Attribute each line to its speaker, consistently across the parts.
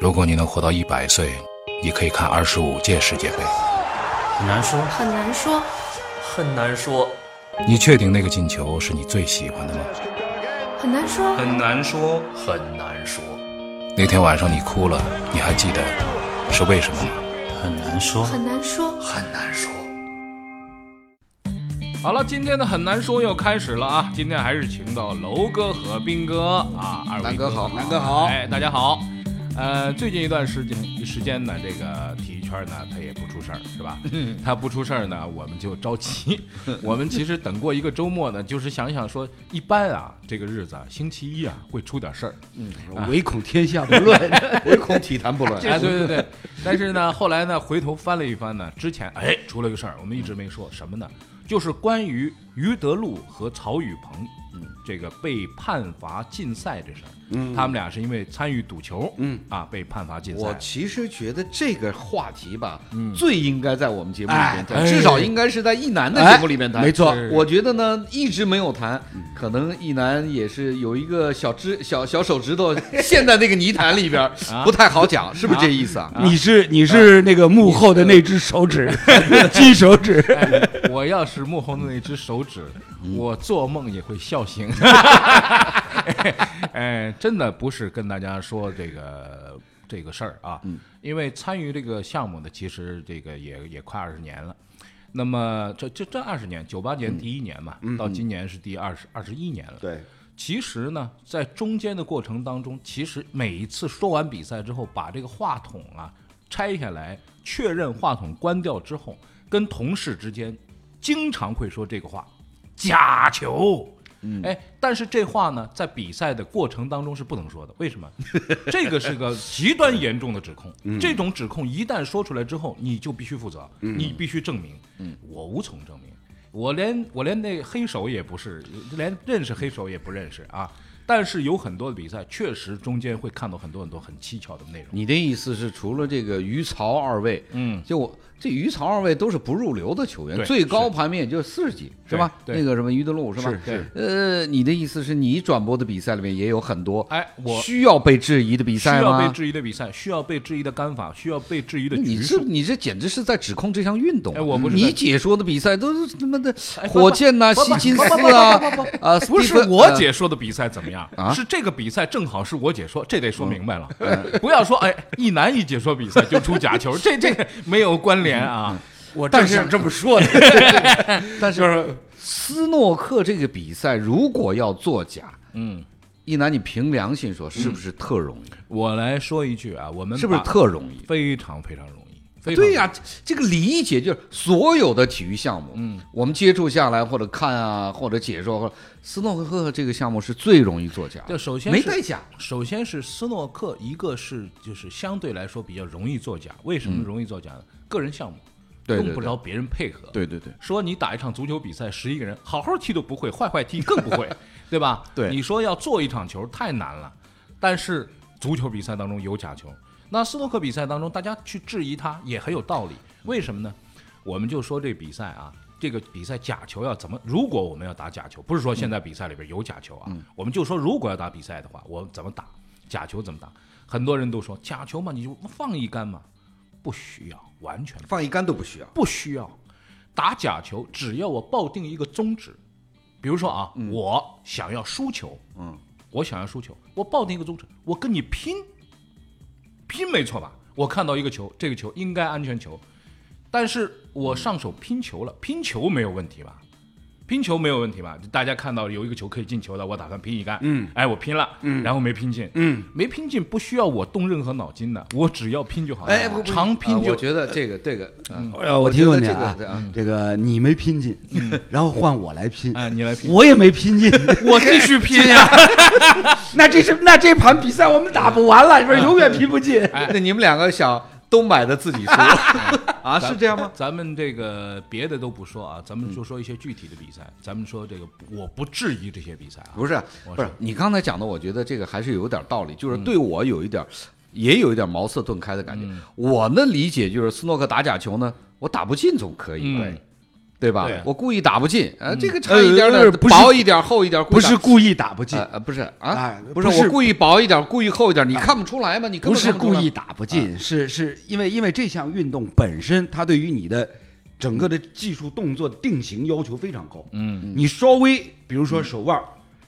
Speaker 1: 如果你能活到一百岁，你可以看二十五届世界杯。
Speaker 2: 很难说，
Speaker 3: 很难说。
Speaker 2: 很难说，
Speaker 1: 你确定那个进球是你最喜欢的吗？
Speaker 3: 很难说，
Speaker 2: 很难说，很难说，
Speaker 1: 那天晚上你哭了，你还记得是为什么吗？
Speaker 4: 很难说，
Speaker 3: 很难说。
Speaker 2: 很难说。
Speaker 5: 好了，今天的很难说又开始了啊！今天还是请到楼哥和斌哥啊，二位
Speaker 6: 南哥好，南
Speaker 5: 哥好，哎，大家好。呃，最近一段时间时间呢，这个体育圈呢，它也不出事儿，是吧？
Speaker 6: 嗯
Speaker 5: 它不出事儿呢，我们就着 急。我们其实等过一个周末呢，就是想想说，一般啊，这个日子啊，星期一啊，会出点事儿。啊
Speaker 6: 唯恐天下不 乱，唯恐体坛不乱。
Speaker 5: 哎，对对对。 但是呢，后来呢，回头翻了一翻呢，之前哎出了个事儿，我们一直没说什么呢？就是关于于德禄和曹宇鹏，嗯，这个被判罚禁赛这事儿，嗯，他们俩是因为参与赌球，嗯啊，被判罚禁赛。
Speaker 6: 我其实觉得这个话题吧，最应该在我们节目里面
Speaker 5: 嗯哎
Speaker 6: 谈，至少应该是在一男的节目里面谈。
Speaker 5: 哎没错
Speaker 6: 我觉得呢，一直没有谈，可能一男也是有一个小指小小手指头陷在那个泥潭里边儿，
Speaker 5: 嗯啊
Speaker 6: 不太好讲，是不是这意思啊？
Speaker 4: 你是你是那个幕后的那只手指，金手指。
Speaker 5: 哎我要是幕后的那只手指，
Speaker 6: 嗯
Speaker 5: 我做梦也会笑 醒。 哎，真的不是跟大家说这个这个事儿啊，
Speaker 6: 嗯
Speaker 5: 因为参与这个项目的，其实这个也也快二十年了。那么这这这二十年，九八年第一年嘛，到今年是第二十二十一年了。
Speaker 6: 嗯对，
Speaker 5: 其实呢，在中间的过程当中，其实每一次说完比赛之后，把这个话筒啊拆下来，确认话筒关掉之后，跟同事之间经常会说这个话：假球。嗯，哎，但是这话呢，在比赛的过程当中是不能说的。为 什么？这个是个极端严重的指控。
Speaker 6: 嗯
Speaker 5: 这种指控一旦说出来之后，你就必须负责，你必须证明。
Speaker 6: 嗯
Speaker 5: 我无从证明。我连我连那黑手也不是，连认识黑手也不认识啊。但是有很多的比赛，确实中间会看到很多很多很蹊跷的内容。
Speaker 6: 你的意思是，除了这个于曹二位，
Speaker 5: 嗯，
Speaker 6: 就我这于曹二位都是不入流的球员
Speaker 5: 对，
Speaker 6: 最高排名也就四十几，是吧？
Speaker 5: 对
Speaker 6: 那个什么于德禄是吧？
Speaker 5: 是是
Speaker 6: 呃，你的意思是你转播的比赛里面也有很多
Speaker 5: 哎我
Speaker 6: 需要被质疑的比
Speaker 5: 需
Speaker 6: 赛
Speaker 5: 要被
Speaker 6: 吗？
Speaker 5: 质疑的比赛，需要被质疑的干法，需要被质疑的局
Speaker 6: 你这
Speaker 5: 数。
Speaker 6: 你这简直是在指控这项运动啊！
Speaker 5: 哎我不是在
Speaker 6: 你解说的比赛都是他妈的
Speaker 5: 哎不
Speaker 6: 火箭呐、
Speaker 5: 不不
Speaker 6: 希金斯
Speaker 5: 不不不
Speaker 6: 啊
Speaker 5: 不不
Speaker 6: 啊！
Speaker 5: 不
Speaker 6: 斯
Speaker 5: 是
Speaker 6: 蒂芬
Speaker 5: 我
Speaker 6: 呃
Speaker 5: 解说的比赛怎么样，
Speaker 6: 啊嗯
Speaker 5: 是这个比赛正好是我解说，这得说明白了， 不要说哎一男一解说比赛就出假球，这 这个没有关联
Speaker 6: 嗯
Speaker 5: 啊。
Speaker 4: 我正想这么说呢，
Speaker 6: 但是斯诺克这个比赛如果要作假，
Speaker 5: 嗯，
Speaker 6: 一楠，你凭良心说，是不是特容易？
Speaker 5: 我来说一句啊，我们
Speaker 6: 是不是
Speaker 5: 把
Speaker 6: 特容易？
Speaker 5: 非常非常容易？非常
Speaker 6: 对呀、这个理解就是所有的体育项目，嗯，我们接触下来或者看啊，或者解说，或者斯诺克这个项目是最容易作假的，
Speaker 5: 就首先
Speaker 6: 没
Speaker 5: 是
Speaker 6: 带假，
Speaker 5: 首先是斯诺克，一个是就是相对来说比较容易作假。为什么容易作假呢？个人项目，
Speaker 6: 嗯对对
Speaker 5: 用不着别人配合。
Speaker 4: 对对对，
Speaker 5: 说你打一场足球比赛，十一个人好好踢都不会，坏坏踢更不 会，对吧？
Speaker 4: 对
Speaker 5: 你说要做一场球太难了，但是足球比赛当中有假球，那斯诺克比赛当中大家去质疑他也很有道理，
Speaker 4: 嗯
Speaker 5: 为什么呢？我们就说这比赛啊，这个比赛假球要怎么？如果我们要打假球，不是
Speaker 4: 嗯
Speaker 5: 说现在比赛里边有假球啊，我们就说如果要打比赛的话，我们怎么打假球怎么打？很多人都说假球嘛，你就放一杆嘛，不需要，完全不需要
Speaker 6: 放一杆都不需要。
Speaker 5: 不需要打假球，只要我抱定一个宗旨，比如说啊，我想要输球，嗯，我想要输球，我抱定一个宗旨，我跟你拼，拼没错吧？我看到一个球，这个球应该安全球，但是我上手拼球了，拼球没有问题吧？拼球没有问题吧？大家看到有一个球可以进球的，我打算拼一杆，嗯，哎，我拼了，嗯，然后没拼进，嗯，没拼进不需要我动任何脑筋的，我只要拼就好了，
Speaker 6: 哎，不不
Speaker 5: 长拼
Speaker 6: 啊
Speaker 5: 就
Speaker 6: 我觉得这个这个，嗯，
Speaker 4: 呃，我
Speaker 6: 我
Speaker 4: 提
Speaker 6: 觉得
Speaker 4: 问你
Speaker 6: 这
Speaker 4: 啊
Speaker 6: 个啊，
Speaker 4: 这个你没拼劲， 然后换我来拼，
Speaker 5: 哎你来拼
Speaker 4: 我也没拼劲，
Speaker 5: 我继续拼呀、
Speaker 4: 那这是那这盘比赛我们打不完了，是不是永远拼不进？
Speaker 6: 嗯哎那你们两个想都买的自己 输啊？是这样吗？
Speaker 5: 咱们这个别的都不说啊，咱们就说一些具体的比赛。咱们说这个，我不质疑这些比赛啊。
Speaker 6: 不是，
Speaker 5: 我
Speaker 6: 不是
Speaker 5: 说，
Speaker 6: 你刚才讲的，我觉得这个还是有点道理，就是对我有一点，也有一点茅塞顿嗯开的感觉。我呢理解就是斯诺克打假球呢，我打不进总可以吧，
Speaker 5: 嗯
Speaker 6: 对吧？
Speaker 1: 对
Speaker 6: 我故意打不进，啊，这个差
Speaker 4: 呃
Speaker 6: 一点
Speaker 4: 呃
Speaker 6: 点，
Speaker 4: 不是
Speaker 6: 薄一点，厚一点，
Speaker 4: 不是
Speaker 6: 故意
Speaker 4: 故意打不进
Speaker 6: 打，，呃，不是啊
Speaker 4: 哎，
Speaker 6: 不是
Speaker 4: 不是啊
Speaker 6: 我故意薄一点，故意厚一点，你看不出来吗？你根
Speaker 4: 不
Speaker 6: 本
Speaker 4: 是
Speaker 6: 看出
Speaker 4: 故
Speaker 6: 来
Speaker 4: 意，打不进，是是因为因为这项运动本身，它对于你的整个的技术动作定型要求非常高。嗯，你稍微比如说手腕儿、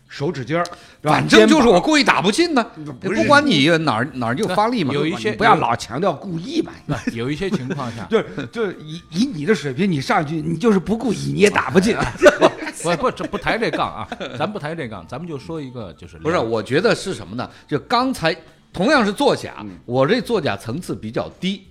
Speaker 4: 手指尖儿，是吧
Speaker 6: 反正就是
Speaker 4: 肩
Speaker 6: 我故意打不进呢，
Speaker 4: 不是
Speaker 6: 不管你哪儿哪儿就发力嘛，
Speaker 5: 有一
Speaker 4: 膀
Speaker 5: 些
Speaker 4: 不要老强调故意嘛。，
Speaker 5: 有一些情况 下
Speaker 4: 就是就是以以你的水平，你上去你就是不故意你也打不进。
Speaker 5: 不不这不抬这杠啊，咱不抬这杠，咱们就说一个就是
Speaker 6: 不是，我觉得是什么呢？就刚才同样是作假，
Speaker 5: 嗯
Speaker 6: 我这作假层次比较低。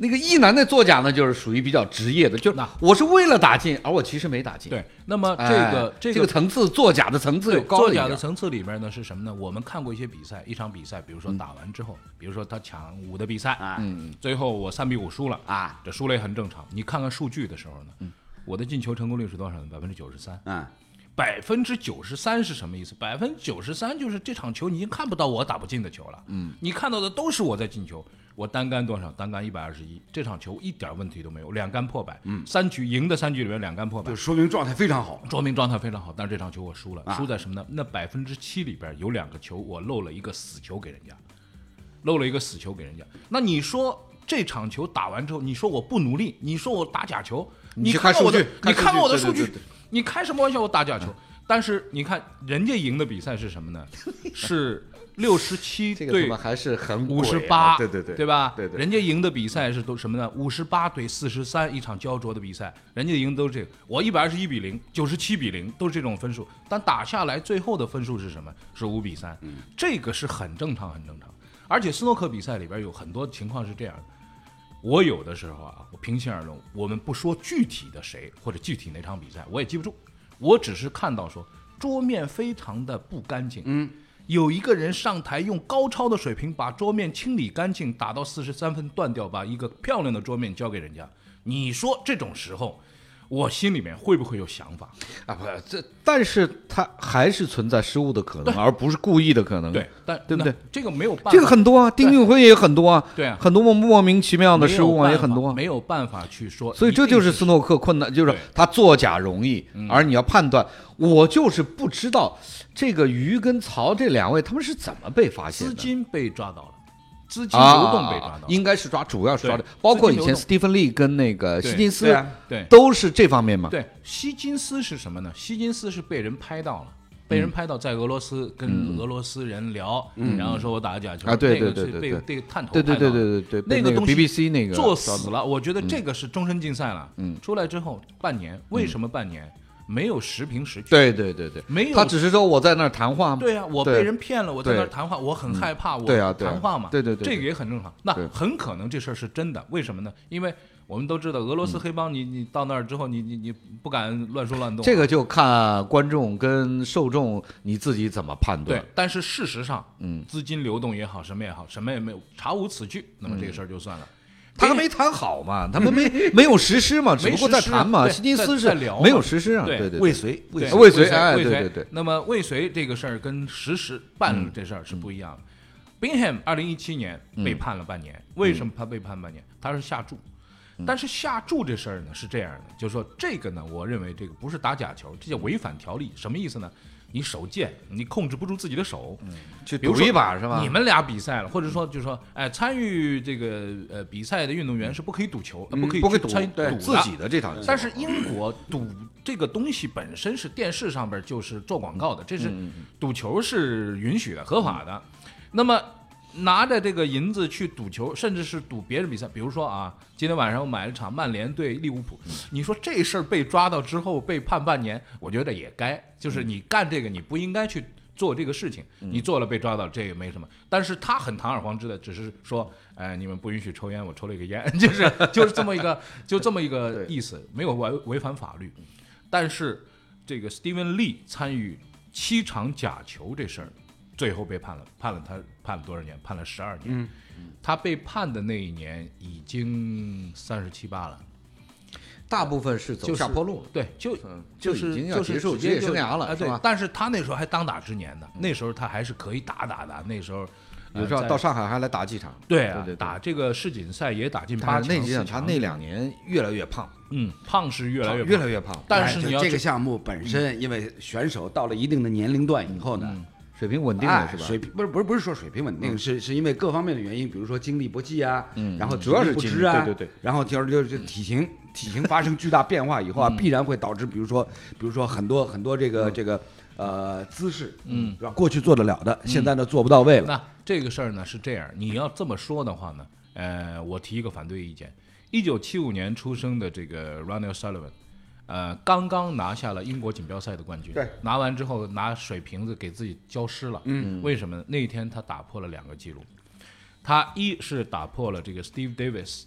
Speaker 6: 那个一男的作假呢，就是属于比较职业的，就是
Speaker 5: 那
Speaker 6: 我是为了打进，而我其实没打进。
Speaker 5: 对，那么这
Speaker 6: 哎，
Speaker 5: 个
Speaker 6: 这
Speaker 5: 个
Speaker 6: 层次作假的层次
Speaker 5: 对
Speaker 6: 有高
Speaker 5: 作
Speaker 6: 了一
Speaker 5: 假的
Speaker 6: 点。
Speaker 5: 层次里面呢是什么呢？我们看过一些比赛，一场比赛，比如说打完之后，
Speaker 6: 哎
Speaker 5: 比如说他抢五的比赛，嗯，最后我三比五输了
Speaker 6: 哎
Speaker 4: 啊，
Speaker 5: 这输了也很正常。你看看数据的时候呢，我的进球成功率是多少呢？百分之九十三。
Speaker 4: 嗯，
Speaker 5: 百分之九十三是什么意思？百分之九十三就是这场球你已经看不到我打不进的球了，嗯，你看到的都是我在进球。我单杆多少？单杆一百二十一，这场球一点问题都没有，两杆破百，嗯，三局赢的三局里面两杆破百
Speaker 4: 就，说明状态非常好。
Speaker 5: 说明状态非常好，但是这场球我输
Speaker 6: 啊
Speaker 5: 了，输在什么呢？那百分之七里边有两个球我漏了一个死球给人家，漏了一个死球给人家。那你说这场球打完之后，你说我不努力，你说我打假球，
Speaker 6: 你
Speaker 5: 你
Speaker 6: 去
Speaker 5: 看看
Speaker 6: 看
Speaker 5: 我的
Speaker 6: 数
Speaker 5: 你
Speaker 6: 据，看数据
Speaker 5: 看看我的
Speaker 6: 对
Speaker 5: 数
Speaker 6: 对
Speaker 5: 据
Speaker 6: 对啊对，
Speaker 5: 你开什么玩笑？我打假球。但是你看人家赢的比赛是什么呢？ 是六十七
Speaker 6: 这个他
Speaker 5: 对
Speaker 6: 妈还是很
Speaker 5: 五十
Speaker 6: 鬼
Speaker 5: 八
Speaker 6: 啊，对对对，
Speaker 5: 对吧？
Speaker 6: 对对
Speaker 5: 人家赢的比赛是都什么呢？五十八对四十三一场焦灼的比赛，人家赢的都是这个。我一百二十一比零，九十七比零，都是这种分数。但打下来最后的分数是什么？是五比三，
Speaker 6: 嗯
Speaker 5: 这个是很正常，很正常。而且斯诺克比赛里边有很多情况是这样的。我有的时候啊，我平心而论，我们不说具体的谁或者具体哪场比赛，我也记不住，我只是看到说桌面非常的不干净，嗯，有一个人上台用高超的水平把桌面清理干净，打到四十三分断掉，把一个漂亮的桌面交给人家，你说这种时候，我心里面会不会有想法？
Speaker 6: 啊，不，这但是它还是存在失误的可能，而不是故意的可能。
Speaker 5: 对，但
Speaker 6: 对不对
Speaker 5: 那这个没有办法，
Speaker 6: 这个很多啊，丁俊晖也很多啊，
Speaker 5: 对啊
Speaker 6: 很多莫莫名其妙的
Speaker 5: 没有
Speaker 6: 失误啊，
Speaker 5: 办
Speaker 6: 也
Speaker 5: 法
Speaker 6: 很多啊。
Speaker 5: 没有办法去说，
Speaker 6: 所以这
Speaker 5: 一定
Speaker 6: 就是是斯诺克困难，就是
Speaker 5: 对嗯
Speaker 6: 他作假容易，而你要判断，我就是不知道这个鱼跟曹这两位他们是怎么被发现
Speaker 5: 资
Speaker 6: 的。
Speaker 5: 金被抓到了，资金流动被抓
Speaker 6: 啊
Speaker 5: 到，了，
Speaker 6: 应该是抓，主要是抓
Speaker 5: 对
Speaker 6: 的，包括
Speaker 5: 资
Speaker 6: 以
Speaker 5: 金流
Speaker 6: 前
Speaker 5: 动
Speaker 6: 斯蒂芬利跟那个希金斯
Speaker 4: 对啊，
Speaker 5: 对
Speaker 6: 都是这方面嘛。
Speaker 5: 对，希金斯是什么呢？希金斯是被人拍到了。被
Speaker 6: 嗯
Speaker 5: 人拍到在俄罗斯跟俄罗斯人聊，然后说我打假球
Speaker 6: 啊对
Speaker 5: 那个
Speaker 6: 对
Speaker 5: 是
Speaker 6: 对
Speaker 5: 被
Speaker 6: 对
Speaker 5: 被探头
Speaker 6: 对对
Speaker 5: 拍到
Speaker 6: 对对
Speaker 5: 了
Speaker 6: 对对
Speaker 5: 那
Speaker 6: 被那个
Speaker 5: 东西
Speaker 6: BBC 那个嗯
Speaker 5: 做死了，我觉得这个是终身禁赛了。嗯，出来之后半年，为什么半年没有实评实据？
Speaker 6: 对对对对，
Speaker 5: 没有
Speaker 6: 他只是说我在那儿谈话嘛。
Speaker 5: 对啊，我
Speaker 6: 对
Speaker 5: 被人骗了，我在那儿
Speaker 6: 对
Speaker 5: 谈话，我很害怕，我
Speaker 6: 对啊对啊
Speaker 5: 谈话嘛，
Speaker 6: 对对对
Speaker 5: 这
Speaker 6: 对
Speaker 5: 个也很正常。那
Speaker 6: 对
Speaker 5: 很可能这事儿是真的，为什么呢？因为我们都知道俄罗
Speaker 6: 嗯
Speaker 5: 斯黑帮，你你到那儿之后，你你你不敢乱说乱动啊，
Speaker 6: 这个就看观众跟受众你自己怎么判断
Speaker 5: 对。。但是事实上，嗯，资金流动也好，什么也好，什么也没有，查无此据，那么这个事儿就
Speaker 6: 嗯
Speaker 5: 算了。
Speaker 6: 他还没谈好 嘛，他们没没有实施嘛，只
Speaker 5: 没
Speaker 6: 不
Speaker 5: 实施
Speaker 6: 过在谈嘛。
Speaker 5: 对
Speaker 6: 希金斯
Speaker 5: 在
Speaker 6: 是
Speaker 5: 在聊嘛
Speaker 6: 没有实施啊，
Speaker 5: 对
Speaker 6: 对对，
Speaker 4: 未遂，未
Speaker 5: 对
Speaker 4: 遂。
Speaker 6: 未遂哎
Speaker 5: 未
Speaker 6: 对
Speaker 5: 遂
Speaker 6: 对对嗯
Speaker 5: 那么未遂这个事儿跟实施办了这事儿是不一样的。Bingham 二零一七年被
Speaker 6: 嗯
Speaker 5: 判了半年，为什么他被判半年？他是下注，
Speaker 6: 嗯
Speaker 5: 但是下注这事儿呢是这样的，就是说这个呢，我认为这个不是打假球，这叫违反条例。什么意思呢？你手贱，你控制不住自己的手，
Speaker 6: 去
Speaker 5: 比如
Speaker 6: 赌
Speaker 5: 说
Speaker 6: 一把是吧？
Speaker 5: 你们俩比赛了，或者说就是说，哎，参与这个呃比赛的运动员是不可以赌球，呃不可以
Speaker 6: 嗯不可以
Speaker 5: 去
Speaker 6: 赌
Speaker 5: 参与赌
Speaker 6: 对
Speaker 5: 的
Speaker 6: 自己的这场球
Speaker 5: 但是英国赌这个东西本身是电视上边就是做广告的，这
Speaker 6: 嗯
Speaker 5: 是赌球是允许的、合法的。那么拿着这个银子去赌球，甚至是赌别人比赛，比如说啊，今天晚上我买了场曼联对利物浦，你说这事儿被抓到之后被判半年，我觉得也该，就是你干这个你不应该去。做这个事情，你做了被抓到，这也没什么。但是他很堂而皇之的，只是说，哎，你们不允许抽烟，我抽了一个烟， 就是就是这么一个，就这么一个意思，没有违违反法律。但是这个 Steven Lee 参与七场假球这事儿，最后被判了，判了他判了多少年？判了十二年。
Speaker 6: 嗯
Speaker 5: 他被判的那一年已经三十七八了，
Speaker 6: 大部分是走
Speaker 5: 就是
Speaker 6: 下坡路了。
Speaker 5: 对，就
Speaker 6: 嗯就已
Speaker 5: 是
Speaker 6: 经要
Speaker 5: 就是
Speaker 6: 结束
Speaker 5: 直接
Speaker 6: 职业
Speaker 5: 就
Speaker 6: 生涯了
Speaker 5: 啊
Speaker 6: 是
Speaker 5: 对
Speaker 6: 吧。嗯
Speaker 5: 但是他那时候还当打之年呢，那时候他还是可以打打的，那时候呃
Speaker 6: 有时候到上海还来打几场。
Speaker 5: 对
Speaker 6: 对
Speaker 5: 啊，
Speaker 6: 对对
Speaker 5: 打这个世锦赛也打进八
Speaker 6: 但
Speaker 5: 强
Speaker 6: 是那几
Speaker 5: 四
Speaker 6: 场他
Speaker 5: 强
Speaker 6: 那两年越来越胖，
Speaker 5: 嗯胖是越来越
Speaker 6: 越哎
Speaker 5: 胖
Speaker 6: 来越胖，
Speaker 5: 但是你要
Speaker 4: 哎这个项目本身，因为选手到了一定的年龄段以后呢，
Speaker 6: 水平稳定
Speaker 4: 哎
Speaker 6: 了是吧？
Speaker 4: 水平不是不是不是说水平稳定，是是因为各方面的原因，比如说精力不济啊，然后
Speaker 6: 主要是
Speaker 4: 体力不
Speaker 6: 精力
Speaker 4: 支啊，
Speaker 6: 对对对，
Speaker 4: 然后就是就是体型体型发生巨大变化以后啊，必然会导致比如说比如说很多很多这个这个呃姿势，嗯，是吧？过去做得了的，现在呢做不到位了，
Speaker 5: 那这个事儿呢是这样，你要这么说的话呢，呃，我提一个反对意见。一九七五年出生的这个 Ronald Sullivan，呃，刚刚拿下了英国锦标赛的冠军。
Speaker 4: 对，
Speaker 5: 拿完之后拿水瓶子给自己浇湿了。嗯，为什么呢？那一天他打破了两个记录，他一是打破了这个 Steve Davis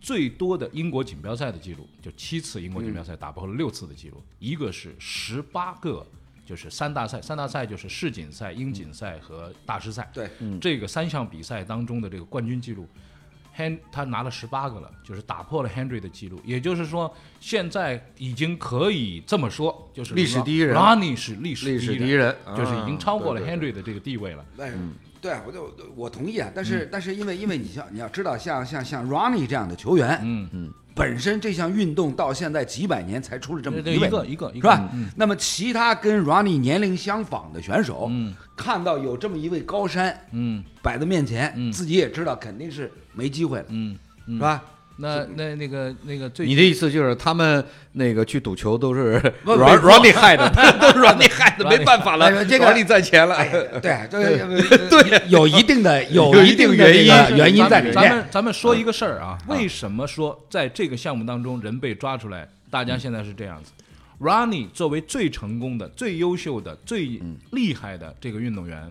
Speaker 5: 最多的英国锦标赛的记录，就七次英国锦标赛打破了六次的记录，一个是十八个，就是三大赛，三大赛就是世锦赛、英锦赛和大师赛。
Speaker 4: 对，
Speaker 6: 嗯
Speaker 5: 这个三项比赛当中的这个冠军记录。Hen 他拿了十八个了，就是打破了 Henry 的记录，也就是说，现在已经可以这么说，就是
Speaker 6: 历史第一人
Speaker 5: Ronnie 是历史
Speaker 6: 历史第一
Speaker 5: 人，
Speaker 6: 人
Speaker 5: 就是已经超过了
Speaker 6: 啊
Speaker 5: Henry 的这个地位了。
Speaker 4: 但是，对啊，我就我同意啊，但是、但是因为因为你像你要知道像，像像 Ronnie 这样的球员，嗯嗯，本身这项运动到现在几百年才出了这么
Speaker 5: 对
Speaker 4: 一位，
Speaker 5: 一个一个一
Speaker 4: 是
Speaker 5: 个
Speaker 4: 吧？那么其他跟 Ronnie 年龄相仿的选手，嗯，看到有这么一位高山，嗯，摆在面前，自己也知道肯定是没机会了，嗯，是吧？
Speaker 5: 那那那个那个最
Speaker 6: 你的意思就是他们那个去赌球都是 Ron
Speaker 4: 没错
Speaker 6: Ronnie 害的， 都是 Ronnie 害的，没办法
Speaker 4: 哎
Speaker 6: 了
Speaker 4: 呦这个哎
Speaker 6: ，Ronnie 赚钱了。
Speaker 4: 对，这个对有一定的
Speaker 6: 有一
Speaker 4: 一
Speaker 6: 定
Speaker 4: 的这
Speaker 6: 啊原
Speaker 4: 个
Speaker 6: 因
Speaker 4: 原因在里
Speaker 5: 咱
Speaker 4: 面
Speaker 5: 们。
Speaker 6: 哎
Speaker 5: 咱们说一个事儿啊，为什么说在这个项目当中人被抓出来，大
Speaker 6: 嗯
Speaker 5: 家现在是这样子？Rani 作为最成功的、最优秀的、最
Speaker 6: 嗯
Speaker 5: 厉害的这个运动员，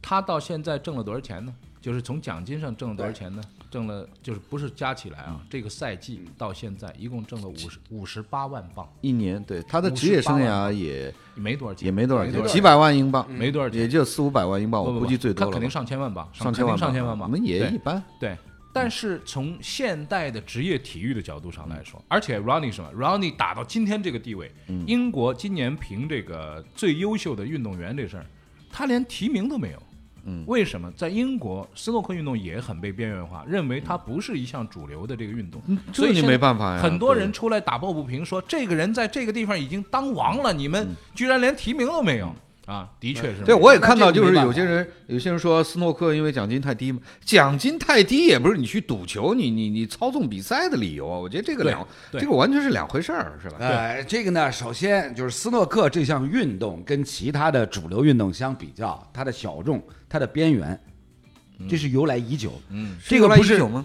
Speaker 5: 他到现在挣了多少钱呢？就是从奖金上挣了多少钱呢？挣了就是不是加起来
Speaker 6: 嗯
Speaker 5: 啊？这个赛季到现在一共挣了五十五十八万镑，
Speaker 6: 一年，对他的职业生涯也
Speaker 5: 没多少钱，
Speaker 6: 也没多少
Speaker 5: 没
Speaker 6: 钱，嗯
Speaker 5: 多少
Speaker 6: 几百万英镑，
Speaker 5: 没多少钱
Speaker 6: 也就四五百万英镑，
Speaker 5: 不不
Speaker 6: 我
Speaker 5: 不
Speaker 6: 估计最多
Speaker 5: 他
Speaker 6: 了吧，
Speaker 5: 肯定上千万吧，
Speaker 6: 上
Speaker 5: 肯
Speaker 6: 千
Speaker 5: 定
Speaker 6: 万吧，
Speaker 5: 上千万吧，
Speaker 6: 我们也
Speaker 5: 对
Speaker 6: 一般。
Speaker 5: 对，但是从现代的职业体育的角度上来
Speaker 6: 嗯
Speaker 5: 说，而且 Ronnie 什么，Ronnie 打到今天这个地位，英国今年凭这个最优秀的运动员这事儿，他连提名都没有。嗯，为什么在英国斯诺克运动也很被边缘化，认为它不是一项主流的这个运动，所以
Speaker 6: 嗯这你
Speaker 5: 现在
Speaker 6: 没办法呀
Speaker 5: 很多
Speaker 6: 对
Speaker 5: 人出来打抱不平，说这个人在这个地方已经当王了，你们居然连提名都没有啊！的确是，
Speaker 6: 嗯对，我也看到，
Speaker 4: 那这个
Speaker 6: 就
Speaker 4: 没
Speaker 6: 是
Speaker 4: 办法
Speaker 6: 有些人，有些人说斯诺克因为奖金太低嘛，奖金太低也不是你去赌球，你你你操纵比赛的理由啊。我觉得这个
Speaker 5: 对
Speaker 6: 两，
Speaker 5: 对
Speaker 6: 这个完全是两回事儿，是吧？
Speaker 4: 呃，这个呢，首先就是斯诺克这项运动跟其他的主流运动相比较，它的小众，它的边缘，这是由来已久。嗯，这个
Speaker 6: 来
Speaker 4: 不
Speaker 6: 一
Speaker 4: 是
Speaker 6: 九吗？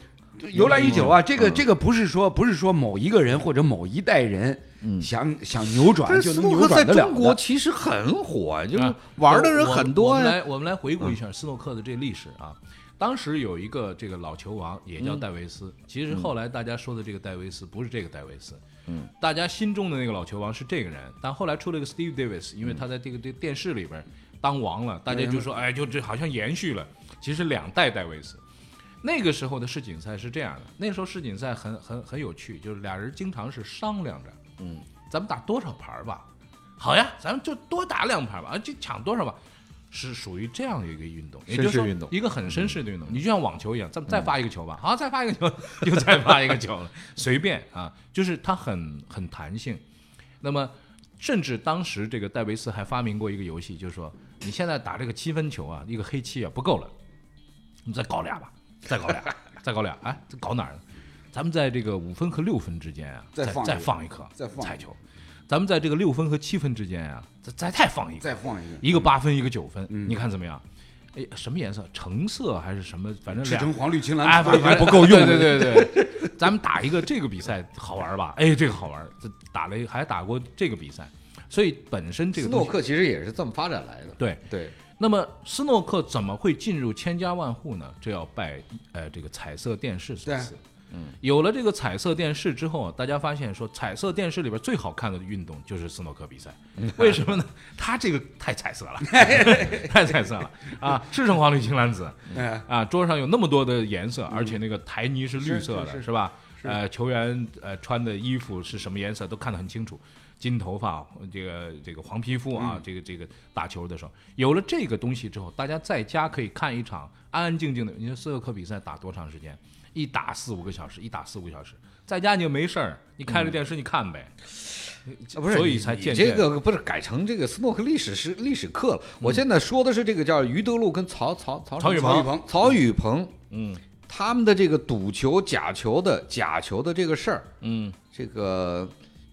Speaker 4: 由来已久啊，这个这个不是说不是说某一个人或者某一代人想想扭
Speaker 6: 但是
Speaker 4: 转就
Speaker 6: 斯
Speaker 4: 能
Speaker 6: 诺
Speaker 4: 扭
Speaker 6: 克在
Speaker 4: 转得了
Speaker 6: 中国
Speaker 4: 的。
Speaker 6: 其实很火，就是
Speaker 5: 啊
Speaker 6: 玩的人
Speaker 5: 我
Speaker 6: 很多
Speaker 5: 我们
Speaker 6: 呀。嗯
Speaker 5: 来，我们来回顾一下斯诺克的这历史啊。当时有一个这个老球王，也叫戴维斯。
Speaker 6: 嗯
Speaker 5: 其实后来大家说的这个戴维斯不是这个戴维斯，嗯，大家心中的那个老球王是这个人，但后来出了一个 Steve Davis，因为他在这个这电视里边当王
Speaker 6: 嗯
Speaker 5: 了，大家就说哎，就这好像延续了。其实两代戴维斯，那个时候的世锦赛是这样的，那时候世锦赛很很很有趣，就是俩人经常是商量着，嗯，咱们打多少盘儿吧？好呀，咱们就多打两盘吧，啊，就抢多少吧，是属于这样的一个运动，也就是说
Speaker 6: 绅士运动
Speaker 5: 一个很绅士的运动。你就像网球一样，咱们再发一个球吧， 好，再发一个球，又再发一个球了，随便啊，就是它很很弹性。那么，甚至当时这个戴维斯还发明过一个游戏，就是说你现在打这个七分球啊，一个黑七啊不够了，你再搞俩吧，再搞俩，再搞俩，哎，这搞哪儿呢？咱们在这个五分和六分之间啊，
Speaker 4: 再
Speaker 5: 再
Speaker 4: 放一个
Speaker 5: 放一颗，
Speaker 4: 再放一个
Speaker 5: 彩球。咱们在这个六分和七分之间啊，再再再放一个，
Speaker 4: 再放一个，
Speaker 5: 一个八分，一个九分，你看怎么样？哎，什么颜色？橙色啊还是什么？反正
Speaker 4: 赤
Speaker 5: 两
Speaker 4: 橙黄绿青
Speaker 5: 哎，
Speaker 4: 蓝
Speaker 5: 反
Speaker 4: 紫
Speaker 5: 正
Speaker 4: 不够用。
Speaker 5: 对对对对， 咱们打一个这个比赛好玩吧？哎，这个好玩，这打了一还打过这个比赛，所以本身这
Speaker 6: 斯
Speaker 5: 个
Speaker 6: 诺
Speaker 5: 东西
Speaker 6: 克其实也是这么发展来的。
Speaker 5: 对。
Speaker 6: 对，
Speaker 5: 那么斯诺克怎么会进入千家万户呢？这要拜呃这个彩色电视所赐
Speaker 4: 对。
Speaker 5: 嗯，有了这个彩色电视之后，大家发现说，彩色电视里边最好看的运动就是斯诺克比赛，为什么呢？它这个太彩色了， 太彩色了啊！赤橙黄绿青蓝紫，
Speaker 4: 哎
Speaker 5: 啊，桌上有那么多的颜色，
Speaker 6: 嗯
Speaker 5: 而且那个台泥是绿色的，是吧？呃，球员呃穿的衣服是什么颜色都看得很清楚。金头发，这个这个黄皮肤
Speaker 6: 嗯
Speaker 5: 啊，这个这个打球的时候，有了这个东西之后，大家在家可以看一场安安静静的。你说斯洛克比赛打多长时间？一打四五个小时，一打四五个小时，在家你就没事儿，你开着电视你看呗。
Speaker 6: 啊不是，
Speaker 5: 所以
Speaker 6: 你
Speaker 5: 才
Speaker 6: 你
Speaker 5: 渐
Speaker 6: 这
Speaker 5: 渐嗯
Speaker 6: 个不是改成这个斯诺克历史是历史课了。我现在说的是这个叫于德禄跟曹曹曹
Speaker 5: 曹
Speaker 6: 宇
Speaker 5: 宇
Speaker 6: 曹
Speaker 5: 鹏
Speaker 6: 鹏曹宇鹏
Speaker 5: 嗯
Speaker 6: 他们的这个赌球假球的假球的这个事儿，
Speaker 5: 嗯，
Speaker 6: 这个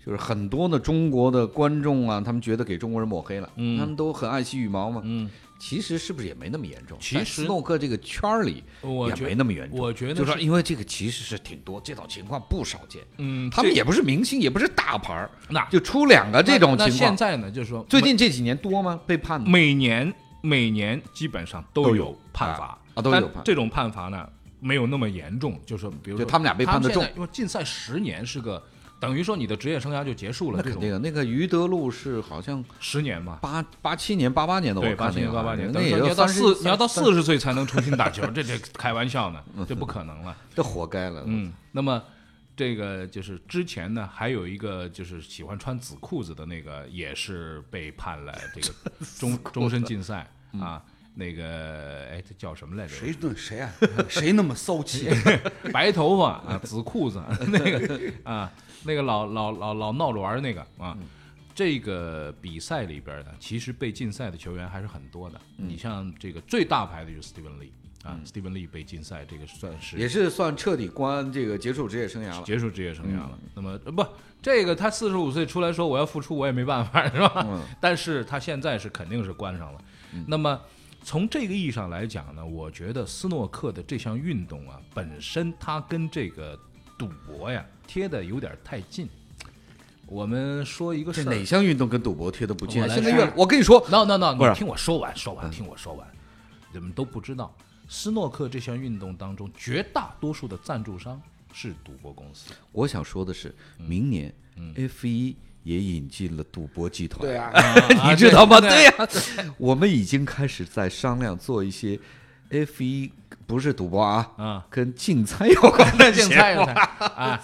Speaker 6: 就是很多的中国的观众啊，他们觉得给中国人抹黑了，
Speaker 5: 嗯
Speaker 6: 他们都很爱惜羽毛嘛。
Speaker 5: 嗯，
Speaker 6: 其实是不是也没那么严重？
Speaker 5: 其
Speaker 6: 在
Speaker 5: 实
Speaker 6: 斯诺克这个圈儿里
Speaker 5: 我
Speaker 6: 也
Speaker 5: 觉
Speaker 6: 没那么严重。
Speaker 5: 我觉得
Speaker 6: 就是说，因为这个其实是挺多，这种情况不少见。
Speaker 5: 嗯，
Speaker 6: 他们
Speaker 5: 这
Speaker 6: 也不是明星，也不是大牌儿，
Speaker 5: 那
Speaker 6: 就出两个这种
Speaker 5: 那那
Speaker 6: 情况
Speaker 5: 现。在呢，就是说
Speaker 6: 最近这几年多吗？被判的？
Speaker 5: 每年每年基本上
Speaker 6: 都
Speaker 5: 都
Speaker 6: 有
Speaker 5: 有判罚
Speaker 6: 啊都有
Speaker 5: 但
Speaker 6: 判
Speaker 5: 这种判罚呢，没有那么严重，就是比如
Speaker 6: 就
Speaker 5: 说
Speaker 6: 他们俩被判得重
Speaker 5: 他们现在因为禁赛十年是个等于说你的职业生涯就结束
Speaker 6: 那
Speaker 5: 了，这
Speaker 6: 肯
Speaker 5: 种
Speaker 6: 定，那个于德禄是好像
Speaker 5: 十年嘛。
Speaker 6: 八八七年、八八年的，我
Speaker 5: 对，
Speaker 6: 看
Speaker 5: 八七
Speaker 6: 那
Speaker 5: 年、
Speaker 6: 个
Speaker 5: 八八
Speaker 6: 好像
Speaker 5: 年，
Speaker 6: 那
Speaker 5: 等于说你要
Speaker 6: 也要
Speaker 5: 到
Speaker 6: 30
Speaker 5: 四，你要到四十岁才能重新打球， 这这开玩笑呢，这不可能了。
Speaker 6: 这活该了。
Speaker 5: 嗯，那么这个就是之前呢，还有一个就是喜欢穿紫裤子的那个，也是被判了这个 终终身禁赛
Speaker 6: 嗯
Speaker 5: 啊。那个哎，这叫什么来着？
Speaker 4: 谁那谁啊？谁那么骚气？啊
Speaker 5: 白头发啊，紫裤子 那个啊，那个老老老老闹着玩儿那个啊。这个比赛里边呢，其实被禁赛的球员还是很多的。你像这个最大牌的就是 Steven Lee 啊，Steven Lee 被禁赛，这个算是
Speaker 6: 也是算彻底关这个结束职业生涯了。
Speaker 5: 结束职业生涯了。
Speaker 6: 嗯
Speaker 5: 那么呃不，这个他四十五岁出来说我要复出，我也没办法，是吧？
Speaker 6: 嗯
Speaker 5: 但是他现在是肯定是关上了。那么从这个意义上来讲呢，我觉得斯诺克的这项运动啊，本身它跟这个赌博呀贴的有点太近。我们说一个
Speaker 6: 这
Speaker 5: 事儿
Speaker 6: 哪项运动跟赌博贴的不近啊？
Speaker 5: 我来
Speaker 6: 现在
Speaker 5: 说
Speaker 6: 越我跟你说，
Speaker 5: ？No No No，
Speaker 6: 不是嗯
Speaker 5: 你听我说完，说完，听我说完。你们都不知道，斯诺克这项运动当中，绝大多数的赞助商是赌博公司。
Speaker 6: 我想说的是，
Speaker 5: 嗯
Speaker 6: 明年 F 一也引进了赌博集团。
Speaker 4: 对啊，
Speaker 6: 你知道吗？啊 对呀、我们已经开始在商量做一些 F 一不是赌博啊，
Speaker 5: 啊，
Speaker 6: 跟竞猜有关 的
Speaker 5: 竞
Speaker 6: 节
Speaker 5: 猜
Speaker 6: 目
Speaker 5: 有。 啊，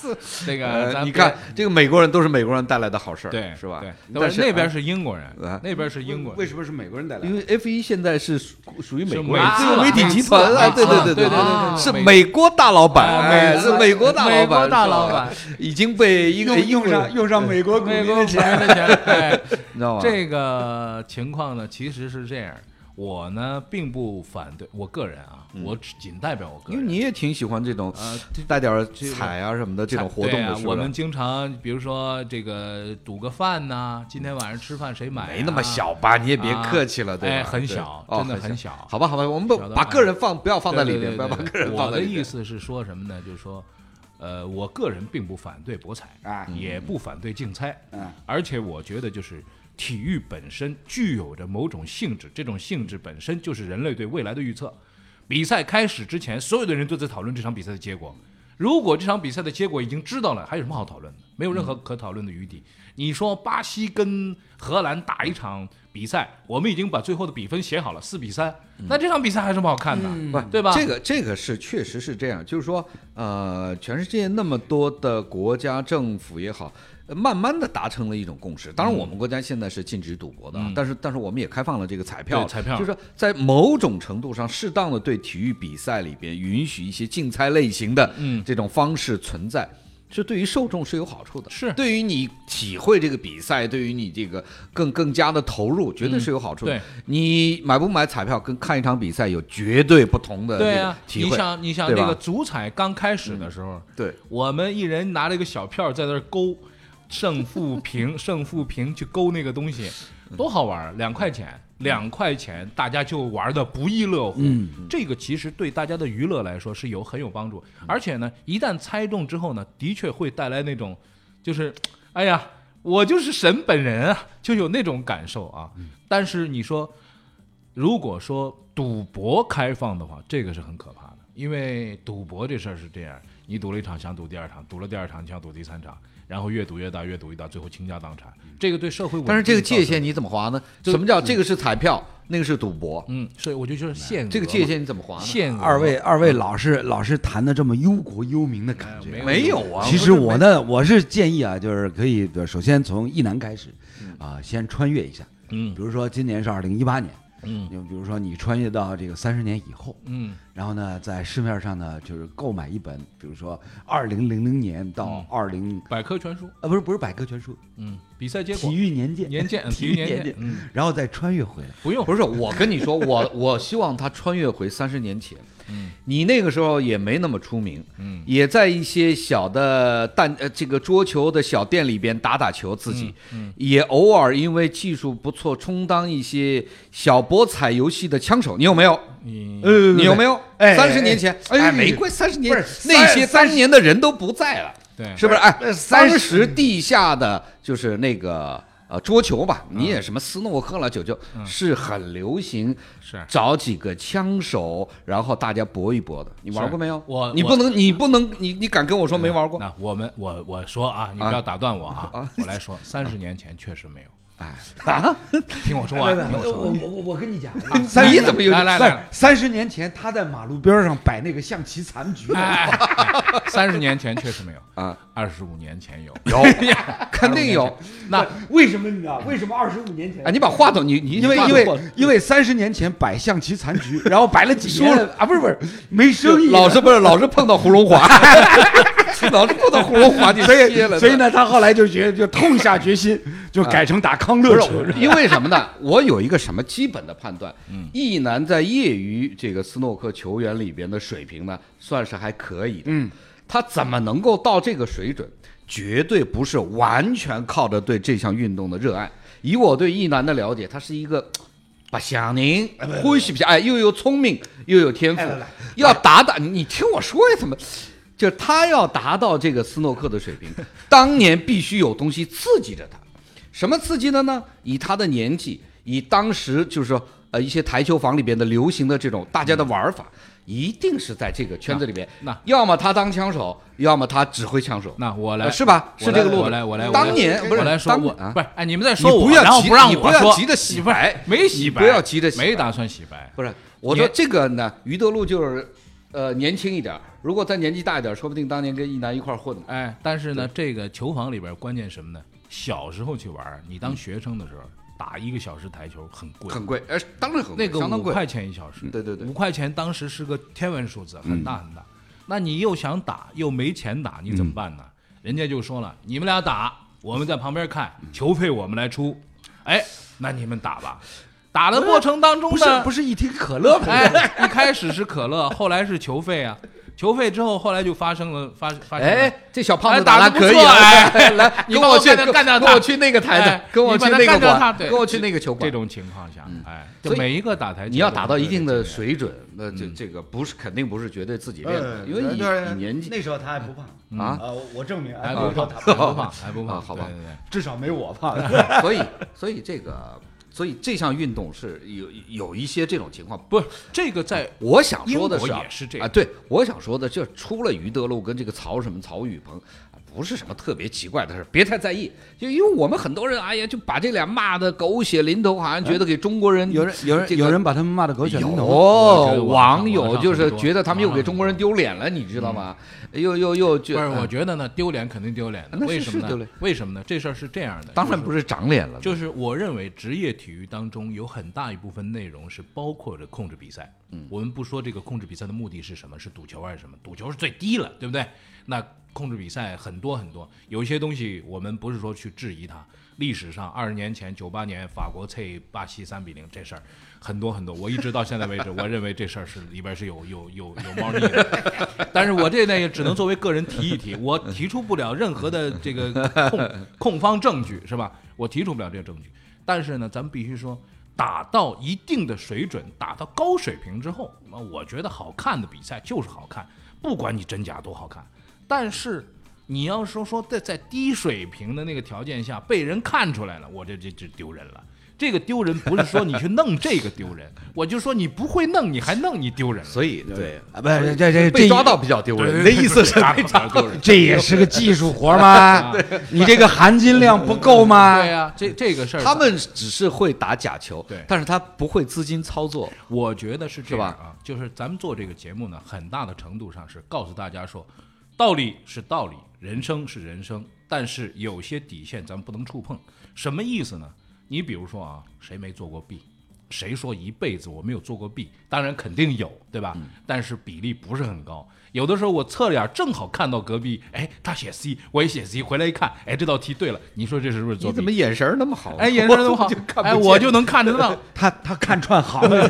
Speaker 5: 这个
Speaker 6: 呃，
Speaker 5: 咱
Speaker 6: 你
Speaker 5: 别
Speaker 6: 看，这个美国人都是美国人带来的好事儿，
Speaker 5: 对
Speaker 6: 是吧
Speaker 5: 对？，
Speaker 6: 但
Speaker 5: 但
Speaker 6: 是
Speaker 5: 是那边
Speaker 6: 啊
Speaker 5: 是英国人
Speaker 6: 啊，
Speaker 5: 那边是英国
Speaker 4: 为
Speaker 5: 人，
Speaker 4: 什么是美国人带来
Speaker 6: 因
Speaker 4: 的？
Speaker 6: 为 F 一现在是属属于美国
Speaker 5: 是
Speaker 6: 人
Speaker 5: 美资
Speaker 6: 自由媒体集团
Speaker 5: 美资
Speaker 6: 啊，对对
Speaker 5: 啊对
Speaker 6: 对
Speaker 5: 对
Speaker 6: 对
Speaker 5: 对对
Speaker 6: 是
Speaker 5: 美
Speaker 6: 美国大老板，
Speaker 5: 哎
Speaker 6: 哎
Speaker 5: 美
Speaker 6: 是
Speaker 5: 国
Speaker 6: 美国大老
Speaker 5: 美
Speaker 6: 板，
Speaker 5: 国大
Speaker 6: 是吧
Speaker 5: 老板
Speaker 6: 已经被一个
Speaker 4: 用用上用上美国股
Speaker 5: 美
Speaker 4: 民
Speaker 5: 国
Speaker 4: 的
Speaker 5: 钱
Speaker 4: 钱，
Speaker 5: 的钱，哎，
Speaker 6: 你知道吗？
Speaker 5: 这个情况呢，其实是这样。我呢，并不反对，我个人啊，我只仅代表我个
Speaker 6: 嗯因为
Speaker 5: 人。
Speaker 6: 你也挺喜欢这种
Speaker 5: 啊这
Speaker 6: 带点儿彩啊什么的这种活动
Speaker 5: 对
Speaker 6: 的，
Speaker 5: 啊
Speaker 6: 是，
Speaker 5: 我
Speaker 6: 不
Speaker 5: 们
Speaker 6: 是？
Speaker 5: 经常比如说这个赌个饭呐，今天晚上吃饭谁买啊？
Speaker 6: 没那么小吧，你也别
Speaker 5: 啊
Speaker 6: 客气了，对
Speaker 5: 哎
Speaker 6: 吧？
Speaker 5: 很
Speaker 6: 对
Speaker 5: 小
Speaker 6: 哦
Speaker 5: 真的
Speaker 6: 很
Speaker 5: 很
Speaker 6: 小
Speaker 5: 小
Speaker 6: 好吧，好吧，我们不
Speaker 5: 小的
Speaker 6: 把
Speaker 5: 话
Speaker 6: 个人放不要放在里
Speaker 5: 对
Speaker 6: 面，
Speaker 5: 对
Speaker 6: 不要
Speaker 5: 对
Speaker 6: 把
Speaker 5: 对
Speaker 6: 个人放
Speaker 5: 我
Speaker 6: 在
Speaker 5: 的
Speaker 6: 里面。
Speaker 5: 意思是说什么呢？就是说，呃，我个人并不反对博彩，
Speaker 4: 啊
Speaker 6: 嗯
Speaker 5: 也不反对竞猜，
Speaker 4: 嗯
Speaker 5: 而且我觉得就是体育本身具有着某种性质，这种性质本身就是人类对未来的预测。比赛开始之前，所有的人都在讨论这场比赛的结果。如果这场比赛的结果已经知道了，还有什么好讨论的？没有任何
Speaker 6: 嗯
Speaker 5: 可讨论的余地。你说巴西跟荷兰打一场比赛，我们已经把最后的比分写好了，四比三。
Speaker 6: 嗯
Speaker 5: 那这场比赛还有什么好看的？
Speaker 6: 不
Speaker 5: 嗯对吧？
Speaker 6: 这个这个是确实是这样，就是说，呃，全世界那么多的国家政府也好，呃慢慢的达成了一种共识。当然，我
Speaker 5: 嗯
Speaker 6: 们国家现在是禁止赌博的，啊，但是但是我们也开放了这个彩票了，
Speaker 5: 对彩票
Speaker 6: 就是说在某种程度上，适当的对体育比赛里边允许一些竞猜类型的
Speaker 5: 嗯
Speaker 6: 这种方式存在。是对于受众是有好处的，
Speaker 5: 是
Speaker 6: 对于你体会这个比赛，对于你这个更更加的投入，绝对是有好处的。
Speaker 5: 嗯对
Speaker 6: 你买不买彩票跟看一场比赛有绝对不同的
Speaker 5: 对
Speaker 6: 那
Speaker 5: 啊
Speaker 6: 个，体
Speaker 5: 你
Speaker 6: 会。
Speaker 5: 想你想
Speaker 6: 对
Speaker 5: 那
Speaker 6: 吧嗯
Speaker 5: 个足彩刚开始的时候，
Speaker 6: 对，
Speaker 5: 我们一人拿了一个小票在那儿勾胜负 平，胜负平去勾那个东西，
Speaker 6: 嗯
Speaker 5: 多好玩儿！两块钱，两块钱，大家就玩的不亦乐乎。
Speaker 6: 嗯
Speaker 5: 这个其实对大家的娱乐来说是有很有帮助，而且呢，一旦猜中之后呢，的确会带来那种，就是，哎呀，我就是神本人啊，就有那种感受啊。
Speaker 6: 嗯
Speaker 5: 但是你说，如果说赌博开放的话，这个是很可怕的。因为赌博这事儿是这样，你赌了一场想赌第二场，赌了第二场你想赌第三场，然后越赌越大，越赌越大，最后倾家荡产，
Speaker 6: 嗯
Speaker 5: 这个对社会稳定
Speaker 6: 但是这个界
Speaker 5: 造成，
Speaker 6: 限你怎么划呢？
Speaker 5: 就
Speaker 6: 什么叫这个是彩票，那个是赌博？
Speaker 5: 嗯，所以我就觉得限额
Speaker 6: 这个
Speaker 5: 嘛
Speaker 6: 界限你怎么划呢？
Speaker 5: 限额
Speaker 4: 二位二位老是老是谈的这么忧国忧民的感觉，
Speaker 6: 没有啊，
Speaker 4: 其
Speaker 6: 不
Speaker 4: 实
Speaker 6: 是
Speaker 4: 我
Speaker 6: 没
Speaker 4: 呢，我是建议啊，就是可以呃首先从一南开始，啊，先穿越一下。
Speaker 5: 嗯
Speaker 4: 比如说今年是二零一八年，
Speaker 5: 嗯
Speaker 4: 就比如说你穿越到这个三十年以后，
Speaker 5: 嗯
Speaker 4: 然后呢，在市面上呢就是购买一本，比如说二零零零年到
Speaker 5: 嗯
Speaker 4: 二零、
Speaker 5: 百科全书，
Speaker 4: 啊，不是不是百科全书，
Speaker 5: 嗯，比赛结果
Speaker 4: 体育年鉴，
Speaker 5: 年 鉴，嗯体
Speaker 4: 体
Speaker 5: 育
Speaker 4: 育
Speaker 5: 年
Speaker 4: 年
Speaker 5: 鉴
Speaker 4: 鉴，，
Speaker 5: 嗯，
Speaker 4: 然后再穿 越回来。
Speaker 5: 不用，
Speaker 6: 不是，我跟你说， 我我希望他穿越回三十年前。
Speaker 5: 嗯，
Speaker 6: 你那个时候也没那么出名，
Speaker 5: 嗯，
Speaker 6: 也在一些小的蛋呃这个桌球的小店里边打打球，自己，
Speaker 5: 嗯
Speaker 6: 也偶尔因为技术不错，充当一些小博彩游戏的枪手，你有没有？
Speaker 5: 你
Speaker 4: 呃
Speaker 6: 你有没有？
Speaker 4: 哎
Speaker 6: 三十年前，
Speaker 4: 哎哎
Speaker 6: 没关三十年
Speaker 4: 不是
Speaker 6: 那
Speaker 4: 三
Speaker 6: 些
Speaker 4: 三
Speaker 6: 当年的人都不在了，
Speaker 5: 对
Speaker 6: 是不是？哎，
Speaker 4: 三
Speaker 6: 当
Speaker 4: 十
Speaker 6: 时地下的就是那个呃桌球吧，你也什么斯诺克了、九九，是很流行，
Speaker 5: 是
Speaker 6: 找几个枪手，然后大家搏一搏的。你玩过没有？
Speaker 5: 我
Speaker 6: 你
Speaker 5: 我
Speaker 6: 不能，你不能，你你敢跟我说没玩过？
Speaker 5: 那我们我我说啊，你不
Speaker 6: 啊
Speaker 5: 要打断我啊
Speaker 6: 啊，
Speaker 5: 我来说，三十年前确实没有。
Speaker 6: 哎啊，
Speaker 5: 听我说完，听我说
Speaker 4: 我
Speaker 5: 完。
Speaker 4: 我我跟你讲，
Speaker 5: 啊
Speaker 6: 三你怎么有
Speaker 5: 来来来
Speaker 4: 三，三十年前他在马路边上摆那个象棋残局，
Speaker 5: 啊三十年前确实没有
Speaker 6: 啊，
Speaker 5: 二十五年前有。
Speaker 6: 有肯定有
Speaker 5: 那
Speaker 4: 为什么你知道？为什么二十五年前
Speaker 6: 啊！你把话筒，你你
Speaker 4: 因为
Speaker 6: 你把
Speaker 4: 因
Speaker 6: 话
Speaker 4: 为
Speaker 6: 筒
Speaker 4: 因为三十年前摆象棋残局，然后摆了几年啊，不是不是没生意，
Speaker 6: 老是不是老是碰到胡荣华， 老是碰到胡荣华，你
Speaker 4: 所
Speaker 6: 歇了
Speaker 4: 以所以呢，他后来就决就痛下决心，就改成打康乐球
Speaker 6: 不是，嗯因为什么呢？ 我有一个什么基本的判断，一男在业余这个斯诺克球员里边的水平呢，算是还可以的。嗯，他怎么能够到这个水准？绝对不是完全靠着对这项运动的热爱。以我对一男的了解，他是一个。不像您，欢喜不哎像，哎，又有聪明，又有天赋，要达到你听我说呀，怎么？就是他要达到这个斯诺克的水平， 当年必须有东西刺激着他。什么刺激的呢？以他的年纪，以当时就是说呃一些台球房里边的流行的这种大家的玩法，一定是在这个圈子里边。
Speaker 5: 那那
Speaker 6: 要么他当枪手，要么他指挥枪手。
Speaker 5: 那我来
Speaker 6: 呃是吧？
Speaker 5: 我
Speaker 6: 是
Speaker 5: 来
Speaker 6: 这个路子。
Speaker 5: 我来我来。我来
Speaker 6: 当年不是
Speaker 5: 我来说
Speaker 6: 当
Speaker 5: 我
Speaker 6: 啊
Speaker 5: 不是哎，你们在
Speaker 6: 你
Speaker 5: 说我，
Speaker 6: 不要
Speaker 5: 然后
Speaker 6: 急
Speaker 5: 不让
Speaker 6: 你
Speaker 5: 我
Speaker 6: 不要
Speaker 5: 说，
Speaker 6: 急着洗白
Speaker 5: 没洗
Speaker 6: 你
Speaker 5: 白，
Speaker 6: 不要急着洗白
Speaker 5: 没打算洗白。
Speaker 6: 不是，我说
Speaker 5: 你
Speaker 6: 这个呢，于德禄就是呃年轻一点儿，如果再年纪大一点儿，说不定当年跟一男一块儿混的。
Speaker 5: 哎，但是呢，这个球房里边关键什么呢？小时候去玩，你当学生的时候打一个小时台球很贵，
Speaker 6: 很贵，呃，当然很贵，
Speaker 5: 那个
Speaker 6: 相当
Speaker 5: 五
Speaker 6: 贵。嗯
Speaker 5: 块钱一小时，
Speaker 6: 对对对嗯
Speaker 5: 五块钱当时是个天文数字，很大很大。那你又想打又没钱打，你怎么办呢？人家就说了，你们俩打，我们在旁边看，
Speaker 6: 嗯
Speaker 5: 球费我们来出。哎，那你们打吧。打的过程当中
Speaker 4: 不
Speaker 5: 呢，
Speaker 4: 是 不是一听可乐吗？
Speaker 5: 哎，一开始是可乐， 后来是球费啊，球费之后，后来就发生了发发生了。
Speaker 6: 哎，这小胖
Speaker 5: 哎
Speaker 6: 子
Speaker 5: 打
Speaker 6: 得
Speaker 5: 得不
Speaker 6: 可以
Speaker 5: 错
Speaker 6: 啊，
Speaker 5: 哎
Speaker 6: 来，
Speaker 5: 你
Speaker 6: 跟
Speaker 5: 帮我
Speaker 6: 去
Speaker 5: 干掉
Speaker 6: 跟
Speaker 5: 干掉
Speaker 6: 跟
Speaker 5: 他
Speaker 6: 我去那个台
Speaker 5: 哎
Speaker 6: 的，跟我
Speaker 5: 你
Speaker 6: 去
Speaker 5: 把他
Speaker 6: 那个
Speaker 5: 干掉他
Speaker 6: 馆，
Speaker 5: 对
Speaker 6: 跟我去那个球
Speaker 5: 这
Speaker 6: 馆。
Speaker 5: 种情况下，哎，
Speaker 6: 嗯所
Speaker 5: 就
Speaker 6: 以
Speaker 5: 每一个打台球，
Speaker 6: 你要达到一定的，水准，那
Speaker 5: 嗯
Speaker 6: 这这个不是肯定不是绝对自己练的，因为你你年纪
Speaker 4: 嗯那时候他还不胖
Speaker 6: 啊，
Speaker 4: 啊，我证明
Speaker 5: 还
Speaker 4: 哎
Speaker 5: 不胖，还不胖，还不胖，
Speaker 6: 啊 好吧
Speaker 5: 对对对
Speaker 4: 至少没我胖。
Speaker 6: 所以所以这个所以这项运动是有有一些这种情况。
Speaker 5: 不是这个在
Speaker 6: 我想说的
Speaker 5: 英
Speaker 6: 是
Speaker 5: 国
Speaker 6: 啊，
Speaker 5: 也是这样
Speaker 6: 啊，对，我想说的就是除了于德禄跟这个曹什么曹宇鹏。啊不是什么特别奇怪的事，别太在意。就因为我们很多人，哎呀，就把这俩骂的狗血淋头，好像觉得给中国人
Speaker 4: 嗯有人有人
Speaker 6: 这个
Speaker 4: 有人啊把他们骂的狗血淋头，
Speaker 5: 我觉得
Speaker 6: 有
Speaker 5: 网上
Speaker 6: 网友就是觉得他们又给中国人丢脸了，你知道吗？又又又呃觉
Speaker 5: 不是，我
Speaker 6: 得，
Speaker 5: 觉得呢，丢脸肯定丢脸的，
Speaker 6: 嗯啊那是
Speaker 5: 为什么
Speaker 6: 是
Speaker 5: 呢
Speaker 6: 丢脸？
Speaker 5: 为什么呢？这事儿是这样的，
Speaker 6: 当然不
Speaker 5: 是，
Speaker 6: 是长脸了，
Speaker 5: 就是我认为职业体育当中有很大一部分内容是包括着控制比赛。嗯，我们不说这个控制比赛的目的是什么，是赌球还是什么？赌球是最低了，对不对？那控制比赛很多很多，有一些东西我们不是说去质疑它。历史上二十年前，九八年法国脆巴西三比零这事儿，很多很多，我一直到现在为止，我认为这事儿是里边是有有有有猫腻的。但是我这呢也只能作为个人提 一提，我提出不了任何的这个控控方证据，是吧？我提出不了这个证据。但是呢，咱们必须说，打到一定的水准，打到高水平之后，那我觉得好看的比赛就是好看，不管你真假都好看。但是你要说说在在低水平的那个条件下被人看出来了，我这这这丢人了。这个丢人不是说你去弄这个丢 人，我就说你不会弄，你还弄你丢人了。
Speaker 6: 所以对，
Speaker 4: 啊，不，这这这
Speaker 6: 被抓到比较丢人。你的意思是
Speaker 5: 打打丢人。
Speaker 4: 这也是个技术活 吗？你这个含金量不够吗？
Speaker 5: 对呀、啊这这个事儿，
Speaker 6: 啊他们只是会打假球，
Speaker 5: 对
Speaker 6: 但是他不会资金操作。
Speaker 5: 我觉得是这样
Speaker 6: 是
Speaker 5: 啊，就是咱们做这个节目呢，很大的程度上是告诉大家说，道理是道理，人生是人生，但是有些底线咱们不能触碰。什么意思呢？你比如说啊，谁没做过弊？谁说一辈子我没有做过弊？当然肯定有，对吧？
Speaker 6: 嗯
Speaker 5: 但是比例不是很高。有的时候我侧脸正好看到隔壁，哎，他写 C，我也写 C，回来一看，哎，这道题对了，你说这是不是做
Speaker 6: 你
Speaker 5: 弊
Speaker 6: 怎？么眼神儿那么好？
Speaker 5: 哎，眼神都好
Speaker 6: 我就看，不
Speaker 5: 哎，
Speaker 6: 见
Speaker 5: 我就能看得到。
Speaker 4: 他他看串行了，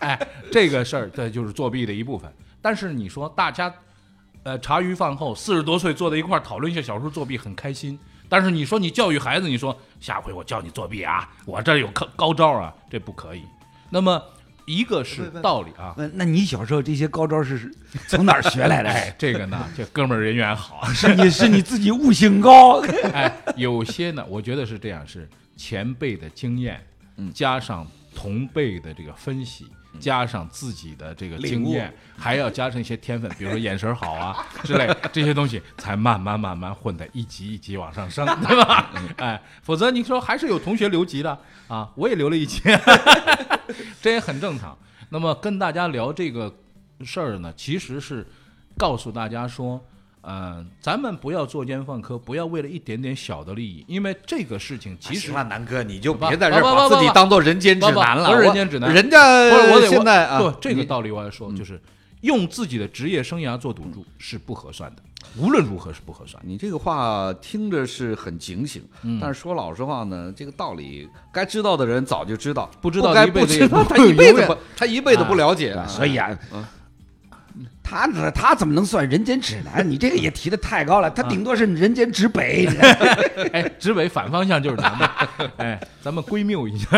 Speaker 5: 哎， 这个事儿这就是作弊的一部分。但是你说大家，呃，茶余饭后四十多岁坐在一块儿讨论一下小时候作弊，很开心。但是你说你教育孩子，你说下回我教你作弊啊，我这儿有高高招啊，这不可以。那么一个是道理啊，
Speaker 4: 问那你小时候这些高招是 从哪儿学来的？
Speaker 5: 哎，这个呢，这哥们儿人缘好，啊
Speaker 4: 是你是你自己悟性 高？
Speaker 5: 哎，有些呢，我觉得是这样，是前辈的经验，加上同辈的这个分析。加上自己的这个经验，还要加上一些天分，比如说眼神好啊之类这些东西，才慢慢慢慢混的一级一级往上升，对吧？哎，否则你说还是有同学留级的啊，我也留了一级，这也很正常。那么跟大家聊这个事儿呢，其实是告诉大家说，呃，咱们不要作奸犯科，不要为了一点点小的利益，因为这个事情其实
Speaker 6: 行了，南哥，你就
Speaker 5: 不
Speaker 6: 别在这儿
Speaker 5: 不不
Speaker 6: 把
Speaker 5: 不
Speaker 6: 自己
Speaker 5: 不
Speaker 6: 当做人间指
Speaker 5: 不不
Speaker 6: 南了。
Speaker 5: 不是人
Speaker 6: 我
Speaker 5: 间指南
Speaker 6: 人
Speaker 5: 不是我
Speaker 6: 家
Speaker 5: 得
Speaker 6: 现在
Speaker 5: 不
Speaker 6: 啊，
Speaker 5: 这个道理我要说，就是用自己的职业生涯做赌注是不合算的，无论如何是不合 算的。
Speaker 6: 你这个话听着是很警醒，
Speaker 5: 嗯
Speaker 6: 但是说老实话呢，这个道理该知道的人早就知道，
Speaker 5: 不知道
Speaker 6: 该
Speaker 5: 一辈
Speaker 6: 不
Speaker 5: 子
Speaker 6: 知
Speaker 5: 也
Speaker 6: 道
Speaker 5: 不
Speaker 6: 他一辈
Speaker 5: 永远
Speaker 6: 子
Speaker 5: 哎
Speaker 6: 不，他一辈子不了解啊。
Speaker 4: 所以啊，他他怎么能算人间指南？你这个也提的太高了，他顶多是人间指北。
Speaker 5: 哎，直北反方向就是咱们，哎，咱们归谬一下。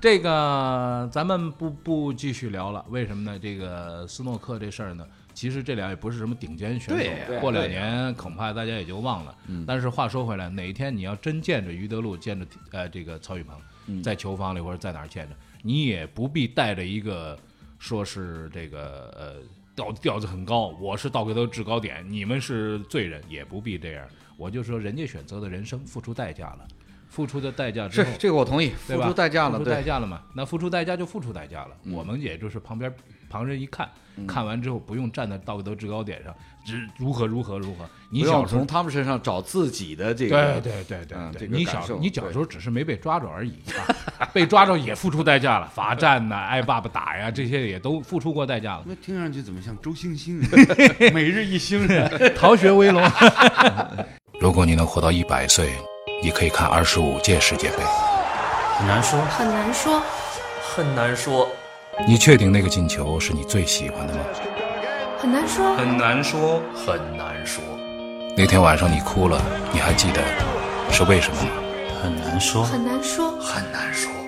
Speaker 5: 这个咱们不不继续聊了，为什么呢？这个斯诺克这事儿呢，其实这俩也不是什么顶尖选手，过两年恐怕大家也就忘了。但是话说回来，哪一天你要真见着于德禄，见着呃这个曹宇鹏，在球房里或者在哪儿见着，你也不必带着一个说是这个呃调调子很高，我是道格德制高点，你们是罪人，也不必这样。我就说，人家选择的人生付出代价了，付出的代价之
Speaker 6: 是
Speaker 5: 后，
Speaker 6: 这个我同意，
Speaker 5: 对
Speaker 6: 付
Speaker 5: 吧？
Speaker 6: 出代价了，
Speaker 5: 付出代
Speaker 6: 对，嗯
Speaker 5: 价了嘛？那付出代价就付出代价了。我们也就是旁边旁人一看，看完之后不用站在道德制高点上，只如何如何如何。你
Speaker 6: 不要
Speaker 5: 小时
Speaker 6: 从
Speaker 5: 候。
Speaker 6: 他们身上找自己的这
Speaker 5: 对
Speaker 6: 个。
Speaker 5: 对对对
Speaker 6: 嗯这
Speaker 5: 对，
Speaker 6: 个
Speaker 5: 你
Speaker 6: 感
Speaker 5: 小
Speaker 6: 受
Speaker 5: 你小
Speaker 6: 对
Speaker 5: 时候只是没被抓着而已，啊被抓着也付出代价了，罚站呐、挨爸爸打呀，这些也都付出过代价了。
Speaker 4: 那听上去怎么像周星星？ 每日一星 人。
Speaker 5: 逃学威龙，
Speaker 1: 如果你能活到一百岁，你可以看二十五届世界杯。
Speaker 2: 很难说，
Speaker 3: 很难说，
Speaker 2: 很难说，
Speaker 1: 你确定那个进球是你最喜欢的吗？
Speaker 3: 很难说，
Speaker 2: 很难说，很难说，
Speaker 1: 那天晚上你哭了，你还记得是为什么吗？
Speaker 2: 很难说，
Speaker 3: 很难说，
Speaker 2: 很难说。